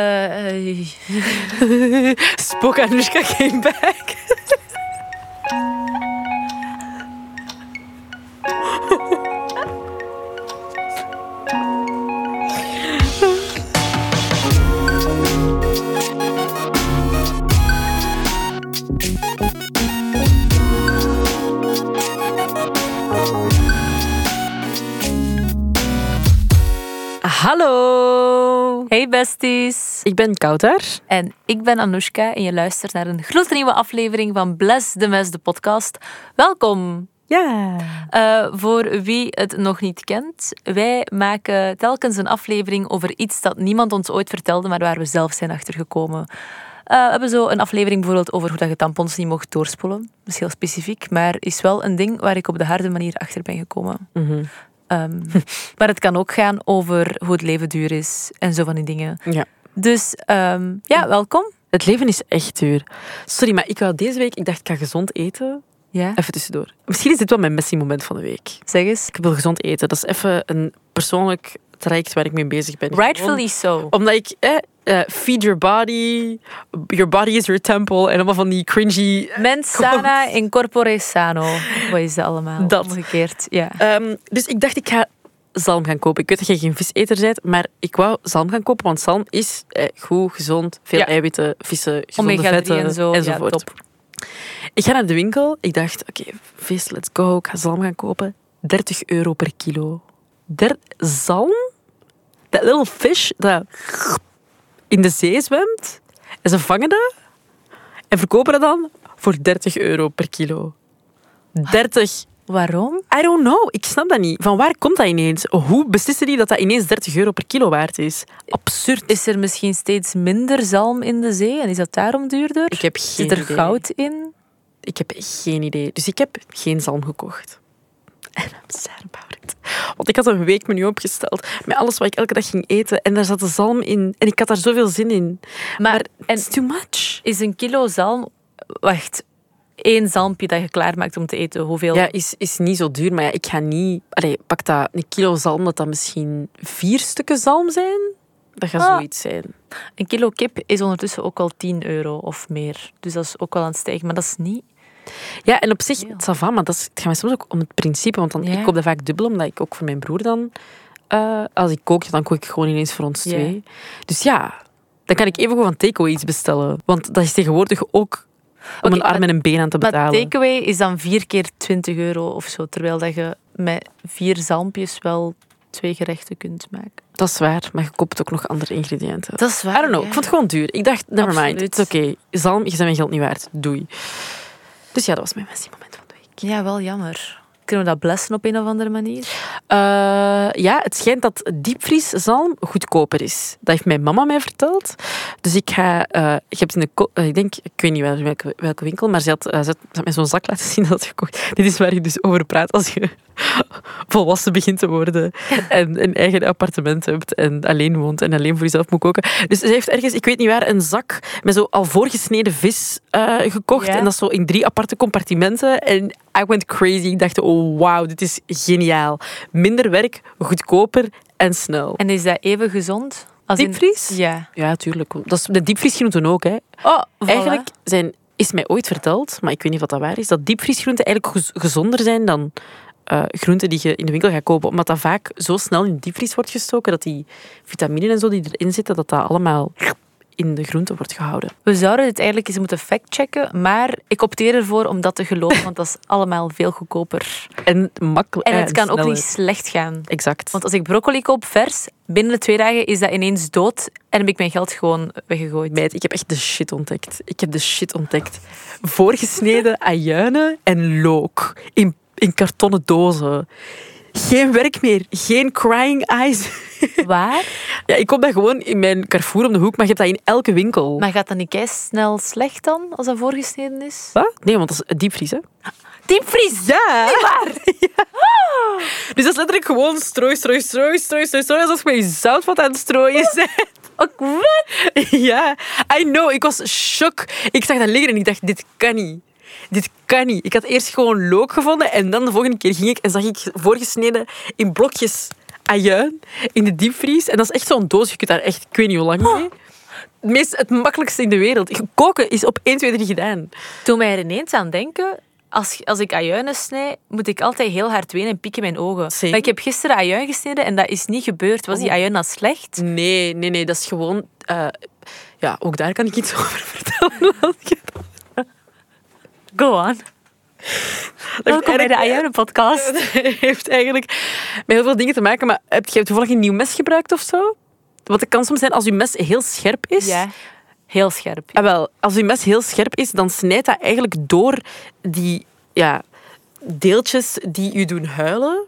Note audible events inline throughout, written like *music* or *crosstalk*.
Eh, eh, *laughs* Spook Anushka came back. Hallo, Hey besties. ik ben Kouter. En ik ben Anoushka en je luistert naar een gloednieuwe aflevering van Bless de Mes, de podcast. Welkom. Ja. Eh, voor wie het nog niet kent, wij maken telkens een aflevering over iets dat niemand ons ooit vertelde, maar waar we zelf zijn achtergekomen. Eh, we hebben zo een aflevering bijvoorbeeld over hoe dat je tampons niet mocht doorspoelen. Dat is heel specifiek, maar is wel een ding waar ik op de harde manier achter ben gekomen. Mhm. Ehm, maar het kan ook gaan over hoe het leven duur is en zo van die dingen. ja. Dus ehm, ja, welkom. Het leven is echt duur. Sorry, maar ik wou deze week, ik dacht ik ga gezond eten. Ja, Even tussendoor. Misschien is dit wel mijn messy moment van de week. zeg eens. Ik wil gezond eten. Dat is even een persoonlijk traject waar ik mee bezig ben. Rightfully so. Gewoon Omdat ik, eh, eh, feed your body, your body is your temple. En allemaal van die cringy Mens sana in corpore sano. Wat is dat allemaal? Dat. Omgekeerd, ja. Ehm, dus ik dacht, ik ga zalm gaan kopen. Ik weet dat jij geen viseter bent, maar ik wou zalm gaan kopen, want zalm is eh, goed, gezond, veel Ja. eiwitten, vissen, gezonde Omega 3 vetten en zo. Ja, enzovoort. top. ik ga naar de winkel. Ik dacht, oké, vis, let's go. Ik ga zalm gaan kopen. 30 euro per kilo. Der zalm? Dat little fish dat in de zee zwemt. En ze vangen dat en verkopen dat dan voor 30 euro per kilo. 30 Waarom? I don't know. Ik snap dat niet. Van waar komt dat ineens? Hoe beslissen die dat dat ineens 30 euro per kilo waard is? Absurd. Is er misschien steeds minder zalm in de zee en is dat daarom duurder? Ik heb geen Zit er idee. goud in? Ik heb geen idee. Dus ik heb geen zalm gekocht. *laughs* En I'm sad about it. Want ik had een weekmenu opgesteld met alles wat ik elke dag ging eten. En daar zat de zalm in. En ik had daar zoveel zin in. Maar, en It's too much. is een kilo zalm... Wacht, één zalmpje dat je klaarmaakt om te eten, hoeveel? Ja, is, is niet zo duur. Maar ja, ik ga niet... Allee, pak dat een kilo zalm, dat dat misschien vier stukken zalm zijn. Dat gaat Ah. zoiets zijn. Een kilo kip is ondertussen ook al 10 euro of meer. Dus dat is ook wel aan het stijgen. Maar dat is niet... Ja, en op zich, Veel. ça va, maar dat is, het gaat mij soms ook om het principe. Want dan, Ja. ik koop dat vaak dubbel, omdat ik ook voor mijn broer dan... eh, als ik kook, dan kook ik gewoon ineens voor ons Ja. twee. Dus ja, dan kan ik even gewoon van takeaway iets bestellen. Want dat is tegenwoordig ook om Oké, een arm maar- en een been aan te Maar betalen. takeaway is dan vier keer 20 euro of zo. Terwijl dat je met vier zalmpjes wel twee gerechten kunt maken. Dat is waar, maar je koopt ook nog andere ingrediënten. Dat is waar. I don't know, ik vond het gewoon duur. Ik dacht, never mind, Absoluut. het is oké. Zalm, je bent mijn geld niet waard. Doei. Dus ja, dat was mijn beste moment van de week. Ja, wel jammer. Kunnen we dat blessen op een of andere manier? Eh, ja, het schijnt dat diepvrieszalm goedkoper is. Dat heeft mijn mama mij verteld. Dus ik ga... eh, ik heb het in de... ko- eh, ik denk... Ik weet niet wel- welke, welke winkel, maar ze had, eh, ze had- ze had mij zo'n zak laten zien dat ze gekocht. Dit is waar je dus over praat als je *laughs* volwassen begint te worden en een eigen appartement hebt en alleen woont en alleen voor jezelf moet koken. Dus ze heeft ergens, ik weet niet waar, een zak met zo al voorgesneden vis eh, gekocht. Ja. En dat zo in drie aparte compartimenten. En I went crazy. Ik dacht, oh wauw, dit is geniaal. Minder werk, goedkoper en snel. En is dat even gezond? Als in- Diepvries? Ja. Ja, tuurlijk. Dat is, de diepvriesgroenten ook, hè. Oh, voilà. Eigenlijk zijn, is mij ooit verteld, maar ik weet niet of dat waar is, dat diepvriesgroenten eigenlijk gez- gezonder zijn dan eh, groenten die je in de winkel gaat kopen. Omdat dat vaak zo snel in de diepvries wordt gestoken dat die vitaminen en zo die erin zitten, dat dat allemaal in de groenten wordt gehouden. We zouden dit eigenlijk eens moeten factchecken, maar ik opteer ervoor om dat te geloven, want dat is allemaal veel goedkoper. En makkelijk. En het kan ook niet slecht gaan. Exact. Want als ik broccoli koop vers, binnen de twee dagen is dat ineens dood en heb ik mijn geld gewoon weggegooid. Meid, ik heb echt de shit ontdekt. Ik heb de shit ontdekt. Voorgesneden ajuinen en look in, in kartonnen dozen. Geen werk meer. Geen crying eyes. Waar? Ja, ik koop dat gewoon in mijn Carrefour om de hoek, maar je hebt dat in elke winkel. Maar gaat dat niet kei snel slecht dan, als dat voorgesneden is? Wat? Nee, want dat is het diepvries, hè? Diepvries! *laughs* Ja! Dus dat is letterlijk gewoon strooi, strooi, strooi, strooi, strooi, strooi. Alsof je met je zoutvat aan het strooien bent. Ook wat? *laughs* ja, I know. Ik was shock. Ik zag dat liggen en ik dacht, dit kan niet. Dit kan niet. Ik had eerst gewoon look gevonden en dan de volgende keer ging ik en zag ik voorgesneden in blokjes ajuin in de diepvries. En dat is echt zo'n doos. Je kunt daar echt, ik weet niet hoe lang mee. Het, meest, het makkelijkste in de wereld. Koken is op 1, 2, 3 gedaan. Toen mij er ineens aan denken, als, als ik ajuinen snij, moet ik altijd heel hard wenen en pieken mijn ogen. Zeker. Maar ik heb gisteren ajuin gesneden en dat is niet gebeurd. Was die Oh. ajuin dan slecht? Nee, nee, nee. Dat is gewoon... eh, ja, ook daar kan ik iets *laughs* over vertellen. Dat je- Go on. Welkom bij de *laughs* ajuinen-podcast. heeft eigenlijk met heel veel dingen te maken. Maar heb je toevallig een nieuw mes gebruikt of zo? Want het kan soms zijn als je mes heel scherp is. Ja, heel scherp. Ah, wel, als uw mes heel scherp is, dan snijdt dat eigenlijk door die ja, deeltjes die u doen huilen.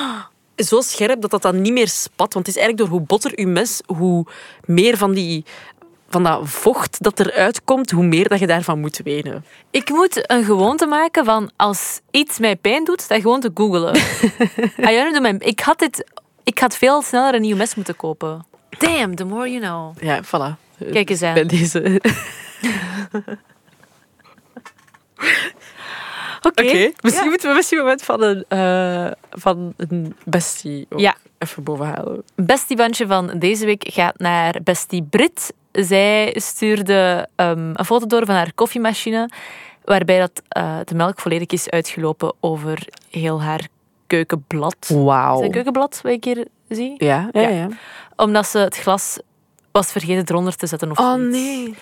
*gasps* Zo scherp dat dat dan niet meer spat. Want het is eigenlijk door hoe botter uw mes, hoe meer van, die, van dat vocht dat eruit komt, hoe meer dat je daarvan moet wenen. Ik moet een gewoonte maken van als iets mij pijn doet, dat gewoon te googelen. Ah Ajuinen doen mij... Ik had, dit, ik had veel sneller een nieuw mes moeten kopen. Damn, the more you know. Ja, voilà. Kijk eens aan. Bij deze. *laughs* Oké. Misschien Ja. moeten we misschien een moment van een, eh, van een bestie ook Ja. even bovenhalen. Bestie bandje van deze week gaat naar Bestie Brit. Zij stuurde ehm, een foto door van haar koffiemachine, waarbij dat, eh, de melk volledig is uitgelopen over heel haar keukenblad. Is dat Wauw. een keukenblad wat ik hier zie? Ja, ja, Ja. ja. Omdat ze het glas was vergeten eronder te zetten of Oh zoiets. nee,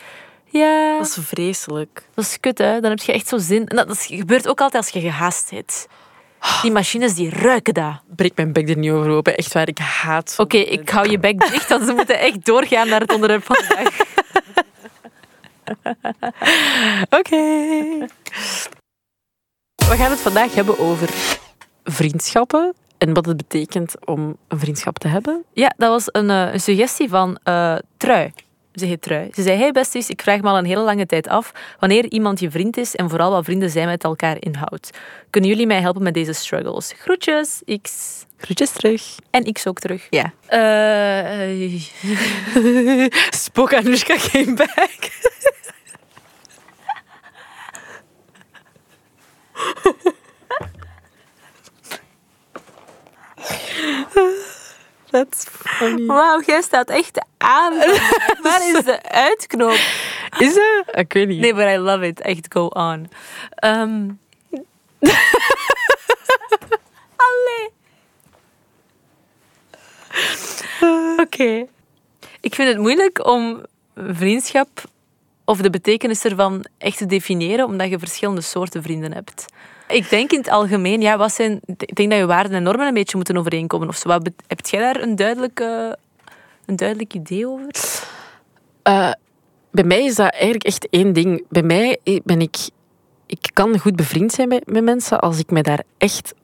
Ja, dat is vreselijk. dat is kut hè. Dan heb je echt zo zin. En dat dat gebeurt ook altijd als je gehaast hebt. Die machines die ruiken dat. breek mijn bek er niet over open. Echt waar, ik haat. Oké, ik hou je bek dicht, want ze moeten echt doorgaan naar het onderwerp van vandaag. Oké. *laughs* We gaan het vandaag hebben over vriendschappen en wat het betekent om een vriendschap te hebben. Ja, dat was een, eh, een suggestie van eh, Trui. Ze heet Trui. Ze zei, hey besties, ik vraag me al een hele lange tijd af wanneer iemand je vriend is en vooral wat vrienden zijn met elkaar inhoudt. Kunnen jullie mij helpen met deze struggles? Groetjes, X. Groetjes terug. En X ook terug. Ja. Eh, eh, Spook Anushka came back. That's funny. Wauw, jij staat echt aan. Waar is de uitknop? Is dat? *laughs* Ik weet niet. Nee, but I love it. Echt, go on. Ehm. *laughs* Allee. Oké. Ik vind het moeilijk om vriendschap of de betekenis ervan echt te definiëren, omdat je verschillende soorten vrienden hebt. Ik denk in het algemeen, ja, wat zijn, ik denk dat je waarden en normen een beetje moeten overeenkomen. Of zo. Wat, bet- heb jij daar een, duidelijke, een duidelijk idee over? Eh, bij mij is dat eigenlijk echt één ding. Bij mij i- ben ik... Ik kan goed bevriend zijn met, met mensen als ik me daar echt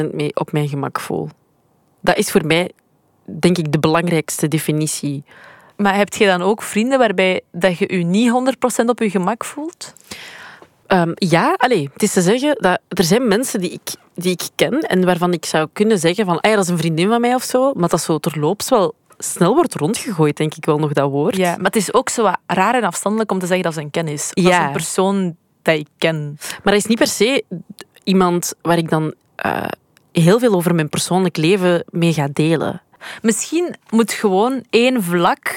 100% mee op mijn gemak voel. Dat is voor mij, denk ik, de belangrijkste definitie. Maar heb je dan ook vrienden waarbij dat je je niet 100% op je gemak voelt? Ehm, ja, allee, het is te zeggen dat er zijn mensen die ik, die ik ken en waarvan ik zou kunnen zeggen van, ah ja, dat is een vriendin van mij of zo, maar dat zo terloops wel snel wordt rondgegooid, denk ik wel nog dat woord. Ja, maar het is ook zo wat raar en afstandelijk om te zeggen dat ze een kennis. Dat Ja. is een persoon dat ik ken. Maar dat is niet per se iemand waar ik dan eh, heel veel over mijn persoonlijk leven mee ga delen. Misschien moet gewoon één vlak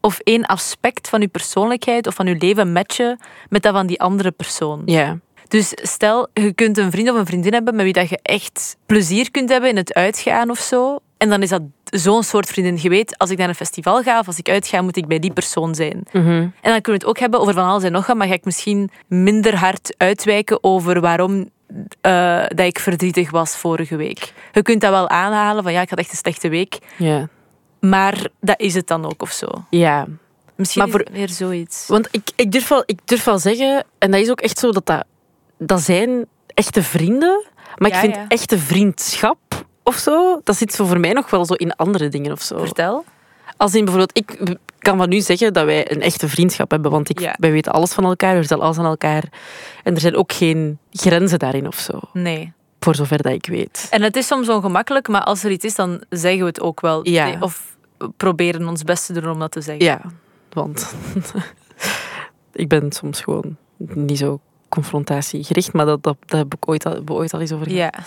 of één aspect van je persoonlijkheid of van je leven matchen met dat van die andere persoon. Ja. Dus stel, je kunt een vriend of een vriendin hebben met wie dat je echt plezier kunt hebben in het uitgaan of zo. En dan is dat zo'n soort vriendin. Je weet, als ik naar een festival ga of als ik uitga, moet ik bij die persoon zijn. Mhm. En dan kunnen we het ook hebben over van alles en nog wat, maar ga ik misschien minder hard uitwijken over waarom eh, dat ik verdrietig was vorige week. Je kunt dat wel aanhalen van ja, ik had echt een slechte week, Ja. maar dat is het dan ook of zo. ja. Misschien Maar is voor- het meer zoiets. Want ik, ik, durf wel, ik durf wel zeggen, en dat is ook echt zo, dat dat, dat zijn echte vrienden. Maar Ja, ik vind ja. echte vriendschap of zo, dat zit zo voor mij nog wel zo in andere dingen of zo. Vertel. Als in bijvoorbeeld, ik kan van nu zeggen dat wij een echte vriendschap hebben, want ik, Ja. wij weten alles van elkaar, we vertellen alles aan elkaar. En er zijn ook geen grenzen daarin of zo, Nee. voor zover dat ik weet. En het is soms ongemakkelijk, maar als er iets is, dan zeggen we het ook wel. Ja. Nee, Of we proberen ons best te doen om dat te zeggen. Ja, want *laughs* ik ben soms gewoon niet zo confrontatiegericht, maar dat, dat, daar heb ik ooit al, hebben we ooit al eens over gehad. Ja.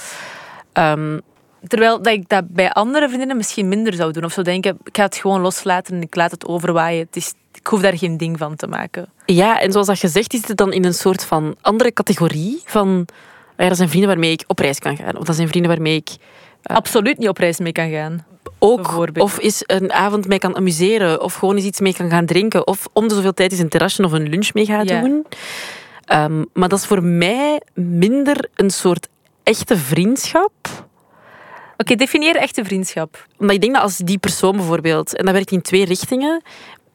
Ehm, Terwijl dat ik dat bij andere vriendinnen misschien minder zou doen. Of zou denken, ik ga het gewoon loslaten en ik laat het overwaaien. Het is, ik hoef daar geen ding van te maken. Ja, en zoals dat gezegd is het dan in een soort van andere categorie van... Ja, dat zijn vrienden waarmee ik op reis kan gaan. Of dat zijn vrienden waarmee ik Absoluut niet op reis mee kan gaan. ook... Bijvoorbeeld. Of is een avond mee kan amuseren. Of gewoon eens iets mee kan gaan drinken. Of om de zoveel tijd eens een terrasje of een lunch mee gaat Ja. doen. Ehm, maar dat is voor mij minder een soort echte vriendschap. Oké, definieer echte vriendschap. Omdat ik denk dat als die persoon bijvoorbeeld, en dat werkt in twee richtingen,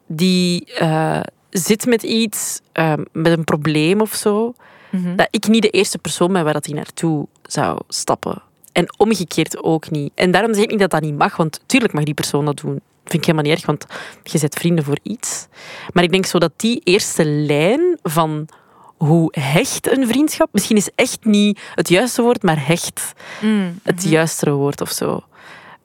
die eh, zit met iets, eh, met een probleem of zo, dat ik niet de eerste persoon ben waar dat die naartoe zou stappen. En omgekeerd ook niet. En daarom zeg ik niet dat dat niet mag, want tuurlijk mag die persoon dat doen. Vind ik helemaal niet erg, want je zet vrienden voor iets. Maar ik denk zo dat die eerste lijn van hoe hecht een vriendschap, misschien is echt niet het juiste woord, maar hecht Mm, Mhm. het juistere woord of zo.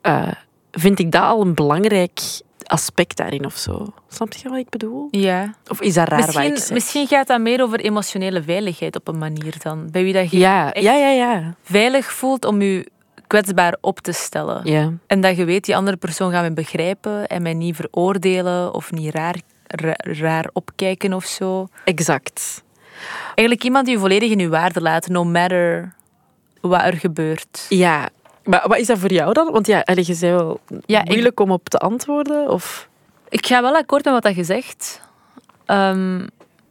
Eh, vind ik dat al een belangrijk aspect daarin of zo? Snap je wat ik bedoel? Ja. Of is dat raar wat ik Misschien, zeg? misschien gaat dat meer over emotionele veiligheid op een manier dan. Bij wie dat je Ja, echt- ja, ja, ja. veilig voelt om je kwetsbaar op te stellen. ja. En dat je weet, die andere persoon gaat mij begrijpen en mij niet veroordelen of niet raar, ra- raar opkijken of zo. Exact. Eigenlijk iemand die je volledig in je waarde laat, no matter wat er gebeurt. Ja. Maar wat is dat voor jou dan? Want ja, allee, je zei wel Ja, ik- moeilijk om op te antwoorden. Of... Ik ga wel akkoord met wat dat je zegt. Ehm,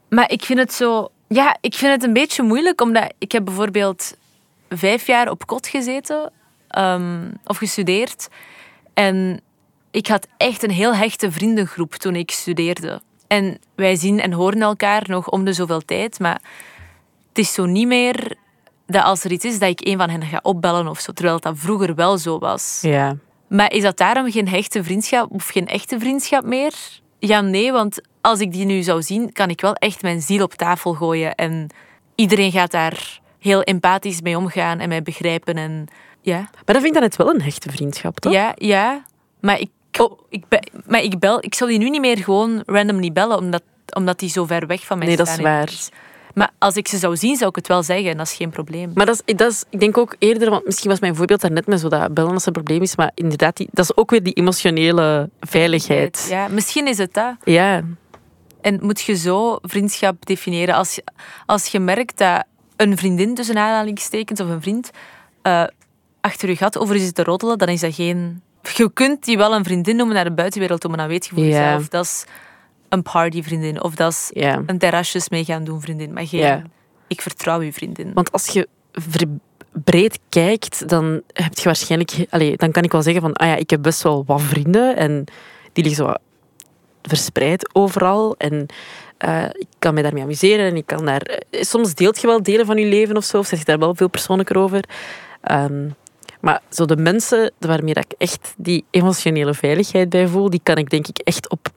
maar ik vind het zo... Ja, ik vind het een beetje moeilijk, omdat ik heb bijvoorbeeld vijf jaar op kot gezeten ehm, of gestudeerd. En ik had echt een heel hechte vriendengroep toen ik studeerde. En wij zien en horen elkaar nog om de zoveel tijd, maar het is zo niet meer dat als er iets is, dat ik een van hen ga opbellen of zo. Terwijl dat vroeger wel zo was. Ja. Maar is dat daarom geen hechte vriendschap of geen echte vriendschap meer? Ja, nee, want als ik die nu zou zien, kan ik wel echt mijn ziel op tafel gooien. En iedereen gaat daar heel empathisch mee omgaan en mij begrijpen. En ja, Maar dat vind ik dan net wel een hechte vriendschap, toch? Oh. ja, ja. Maar ik, ik, be- maar ik bel, ik zou die nu niet meer gewoon randomly bellen, omdat, omdat die zo ver weg van mij nee, dat staan. is waar. Maar als ik ze zou zien, zou ik het wel zeggen. Dat is geen probleem. Maar dat is, dat is, ik denk ook eerder, want misschien was mijn voorbeeld daarnet met zo dat bellen als er een probleem is, maar inderdaad, die, dat is ook weer die emotionele veiligheid. Ja, misschien is het dat. Ja. En moet je zo vriendschap definiëren? Als je, als je merkt dat een vriendin tussen aanhalingstekens of een vriend eh, achter je gat over je zit te roddelen, dan is dat geen... Je kunt die wel een vriendin noemen naar de buitenwereld toe, maar dan weet je voor Ja. jezelf. Dat is een partyvriendin of dat is ja. een terrasjes mee gaan doen vriendin. Maar geen, Ja. ik vertrouw je vriendin. Want als je ver- breed kijkt, dan heb je waarschijnlijk... Allee, dan kan ik wel zeggen van, ah ja, ik heb best wel wat vrienden en die liggen zo wat verspreid overal en eh, ik kan mij daarmee amuseren en ik kan daar... eh, Soms deelt je wel delen van je leven of zo, of zeg je daar wel veel persoonlijker over. Ehm, maar zo de mensen waarmee dat ik echt die emotionele veiligheid bij voel, die kan ik denk ik echt op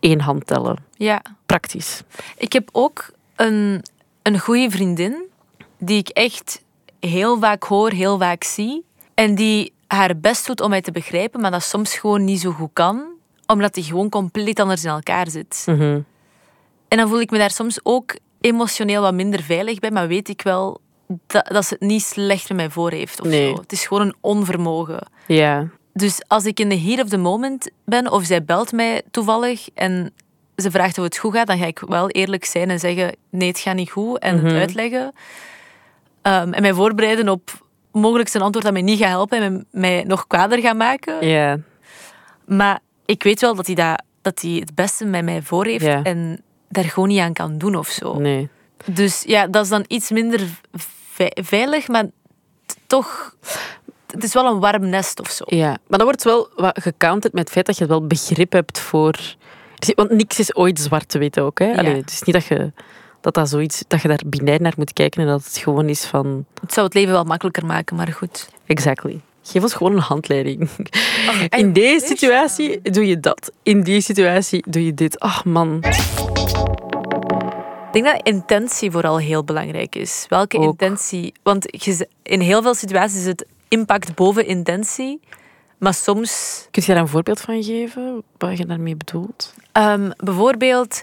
één hand tellen. Ja. Praktisch. Ik heb ook een, een goede vriendin die ik echt heel vaak hoor, heel vaak zie. En die haar best doet om mij te begrijpen, maar dat soms gewoon niet zo goed kan, omdat die gewoon compleet anders in elkaar zit. Mhm. En dan voel ik me daar soms ook emotioneel wat minder veilig bij, maar weet ik wel dat, dat ze het niet slecht met mij voor heeft. Of Nee. zo. Het is gewoon een onvermogen. Ja. Dus als ik in de heat of the moment ben of zij belt mij toevallig en ze vraagt of het goed gaat, dan ga ik wel eerlijk zijn en zeggen: nee, het gaat niet goed en Mhm. het uitleggen. Ehm, en mij voorbereiden op mogelijk zijn antwoord dat mij niet gaat helpen en mij- mij nog kwader gaat maken. Ja. Maar ik weet wel dat hij, dat, dat hij het beste met mij voor heeft Ja. en daar gewoon niet aan kan doen of zo. Nee. Dus ja, dat is dan iets minder ve- veilig, maar t- toch, het is wel een warm nest of zo. Ja, maar dat wordt wel wat gecounterd met het feit dat je wel begrip hebt voor. Dus, Want niks is ooit zwart te weten ook. Hè? Allee, Ja. het is niet dat je, dat, dat, zoiets, dat je daar binair naar moet kijken en dat het gewoon is van. Het zou het leven wel makkelijker maken, maar goed. Exactly. Geef ons gewoon een handleiding. I In Oh, deze wish. situatie doe je dat. In die situatie doe je dit. Ach man. Ik denk dat intentie vooral heel belangrijk is. Welke Ook. intentie? Want je z- in heel veel situaties is het impact boven intentie. Maar soms, Kun je daar een voorbeeld van geven? Wat je daarmee bedoelt? ehm, bijvoorbeeld,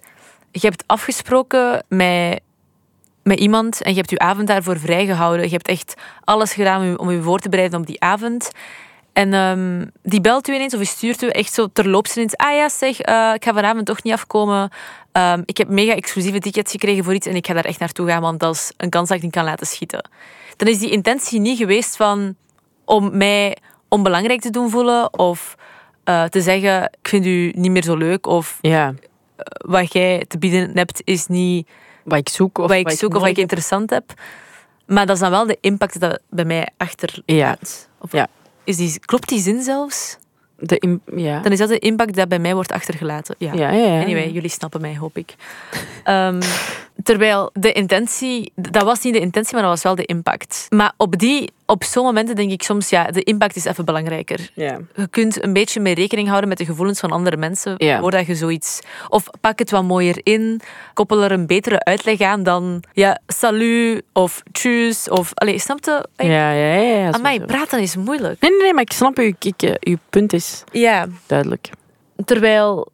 je hebt afgesproken met met iemand en je hebt je avond daarvoor vrijgehouden. Je hebt echt alles gedaan om je, om je voor te bereiden op die avond. En ehm, die belt u ineens of die stuurt u echt zo terloops ineens. Ah ja, zeg, eh, ik ga vanavond toch niet afkomen. Ehm, ik heb mega exclusieve tickets gekregen voor iets en ik ga daar echt naartoe gaan, want dat is een kans dat ik niet kan laten schieten. Dan is die intentie niet geweest van om mij onbelangrijk te doen voelen of eh, te zeggen, ik vind u niet meer zo leuk of Ja, wat jij te bieden hebt is niet wat ik zoek. Of wat ik zoek of wat ik nodig interessant heb. Maar dat is dan wel de impact dat bij mij achter heb. Ja, Of Ja. is die, klopt die zin zelfs? de im- ja. Dan is dat de impact dat bij mij wordt achtergelaten. Ja. ja, ja, ja. Anyway, jullie snappen mij, hoop ik. Ehm, terwijl de intentie, dat was niet de intentie, maar dat was wel de impact. Maar op, die- op zo'n momenten denk ik soms, ja, de impact is even belangrijker. Ja. Je kunt een beetje meer rekening houden met de gevoelens van andere mensen. Ja. Voordat je zoiets. Of pak het wat mooier in. Koppel er een betere uitleg aan dan. Ja, salut of tjus. Of. Allee, snap je? Aan Ja, ja, ja. ja Amai, sowieso. praten is moeilijk. Nee, nee, nee, maar ik snap u. Ik, eh, uw punt is Ja. duidelijk. Terwijl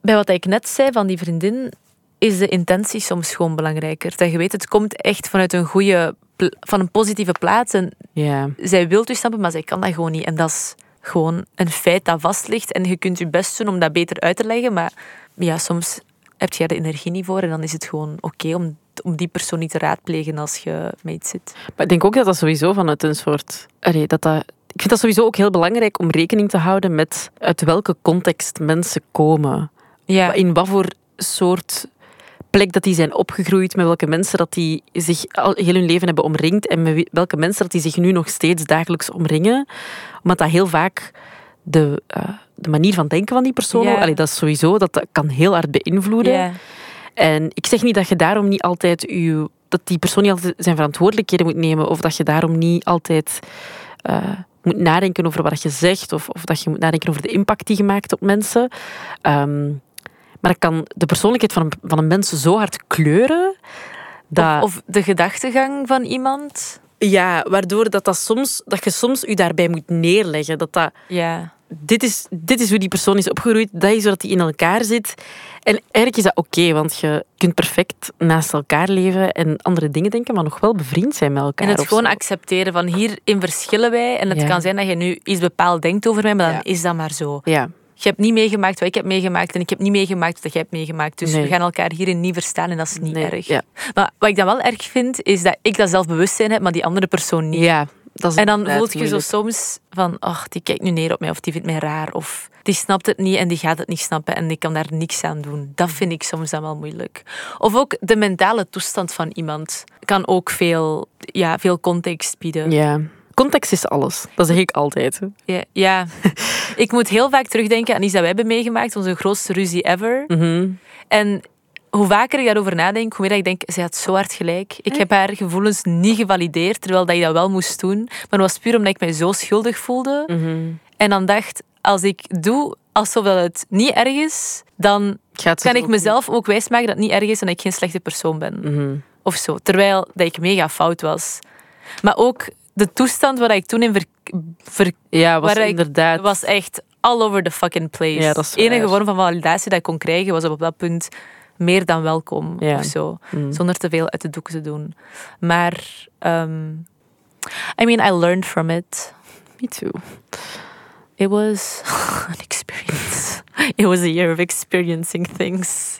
bij wat ik net zei van die vriendin, is de intentie soms gewoon belangrijker. Dat je weet, het komt echt vanuit een goede, pl- van een positieve plaats. En Ja. zij wil u snappen, maar zij kan dat gewoon niet. En dat is gewoon een feit dat vast ligt. En je kunt je best doen om dat beter uit te leggen. Maar ja, soms heb je er de energie niet voor. En dan is het gewoon oké om, om die persoon niet te raadplegen als je mee iets zit. Maar ik denk ook dat dat sowieso vanuit een soort. Allee, dat dat, ik vind dat sowieso ook heel belangrijk om rekening te houden met uit welke context mensen komen. Ja, In wat voor soort plek dat die zijn opgegroeid, met welke mensen dat die zich al heel hun leven hebben omringd en met wie- welke mensen dat die zich nu nog steeds dagelijks omringen. Omdat dat heel vaak de, eh, de manier van denken van die persoon, Ja. allee, dat is sowieso, dat, dat kan heel hard beïnvloeden. ja. En ik zeg niet dat je daarom niet altijd uw, dat die persoon niet altijd zijn verantwoordelijkheden moet nemen of dat je daarom niet altijd eh, moet nadenken over wat je zegt of, of dat je moet nadenken over de impact die je maakt op mensen. Ehm, maar dat kan de persoonlijkheid van een, van een mens zo hard kleuren dat... Of, of de gedachtegang van iemand. ja, waardoor dat, dat, soms, dat je soms je daarbij moet neerleggen. Dat dat Ja. dit is, dit is hoe die persoon is opgegroeid, dat is zodat die in elkaar zit. En eigenlijk is dat oké, want je kunt perfect naast elkaar leven en andere dingen denken, maar nog wel bevriend zijn met elkaar. En het of gewoon zo. accepteren van hierin verschillen wij. En het Ja. kan zijn dat je nu iets bepaald denkt over mij, maar dan Ja. is dat maar zo. Ja, Je hebt niet meegemaakt wat ik heb meegemaakt en ik heb niet meegemaakt wat jij hebt meegemaakt. Dus Nee. we gaan elkaar hierin niet verstaan en dat is niet Nee, erg. ja. Maar wat ik dan wel erg vind, is dat ik dat zelfbewustzijn heb, maar die andere persoon niet. ja dat is En dan inderdaad voel je zo moeilijk. soms van, ach, die kijkt nu neer op mij of die vindt mij raar of die snapt het niet en die gaat het niet snappen en ik kan daar niks aan doen. Dat vind ik soms dan wel moeilijk. Of ook de mentale toestand van iemand kan ook veel, ja, veel context bieden. Ja. Context is alles. Dat zeg ik altijd. Ja, ja. *laughs* ik moet heel vaak terugdenken aan iets dat wij hebben meegemaakt, onze grootste ruzie ever. Mhm. En hoe vaker ik daarover nadenk, hoe meer dat ik denk, zij had zo hard gelijk. Ik heb haar gevoelens niet gevalideerd, terwijl dat je dat wel moest doen. Maar dat was puur omdat ik mij zo schuldig voelde. Mhm. En dan dacht, als ik doe alsof dat het niet erg is, dan Gaat ze kan zo ik mezelf ook wijsmaken dat het niet erg is en dat ik geen slechte persoon ben. doen? Mhm. Of zo. Terwijl dat ik mega fout was. Maar ook de toestand waar ik toen in verk- verkeerde Ja, was Waar ik- inderdaad... het was echt all over the fucking place. Ja, dat is de enige waar. vorm van validatie dat ik kon krijgen was op dat punt meer dan welkom Ja. of zo. Mhm. Mm-hmm. Zonder te veel uit de doeken te doen. Maar, ehm, I mean, I learned from it. Me too. It was *laughs* an experience. *laughs* It was a year of experiencing things.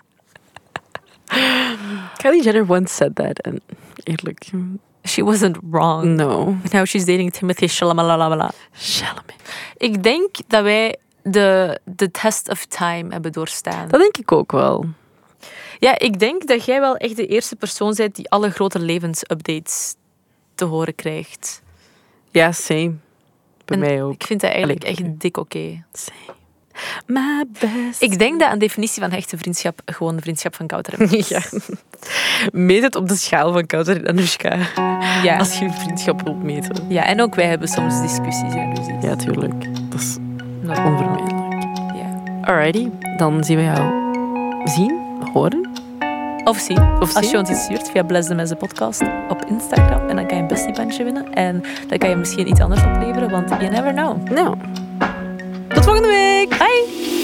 Kylie Jenner once said that. En eerlijk, She wasn't wrong. no. Now she's dating Timothy Shalamalalala. Chalamet. Ik denk dat wij de, de test of time hebben doorstaan. Dat denk ik ook wel. Ja, ik denk dat jij wel echt de eerste persoon bent die alle grote levensupdates te horen krijgt. Ja, same. Bij En mij ook. Ik vind dat eigenlijk Allee, echt dik oké. My best. Ik denk dat een definitie van hechte vriendschap gewoon de vriendschap van Kouterham *laughs* is. *laughs* Ja. meet het op de schaal van Kouter en Anushka. ja. Als je je vriendschap wilt meten. Ja, en ook wij hebben soms discussies dus en ruzies. Ja, tuurlijk. Dat is Normaal. onvermijdelijk. Ja. Alrighty, dan zien we jou zien, horen Of zien. of zien. Als je ons iets stuurt via Bless the Mensen podcast op Instagram, en dan kan je een bestie bandje winnen. En dan kan je misschien iets anders opleveren, want you never know. Nou, tot volgende week. Bye!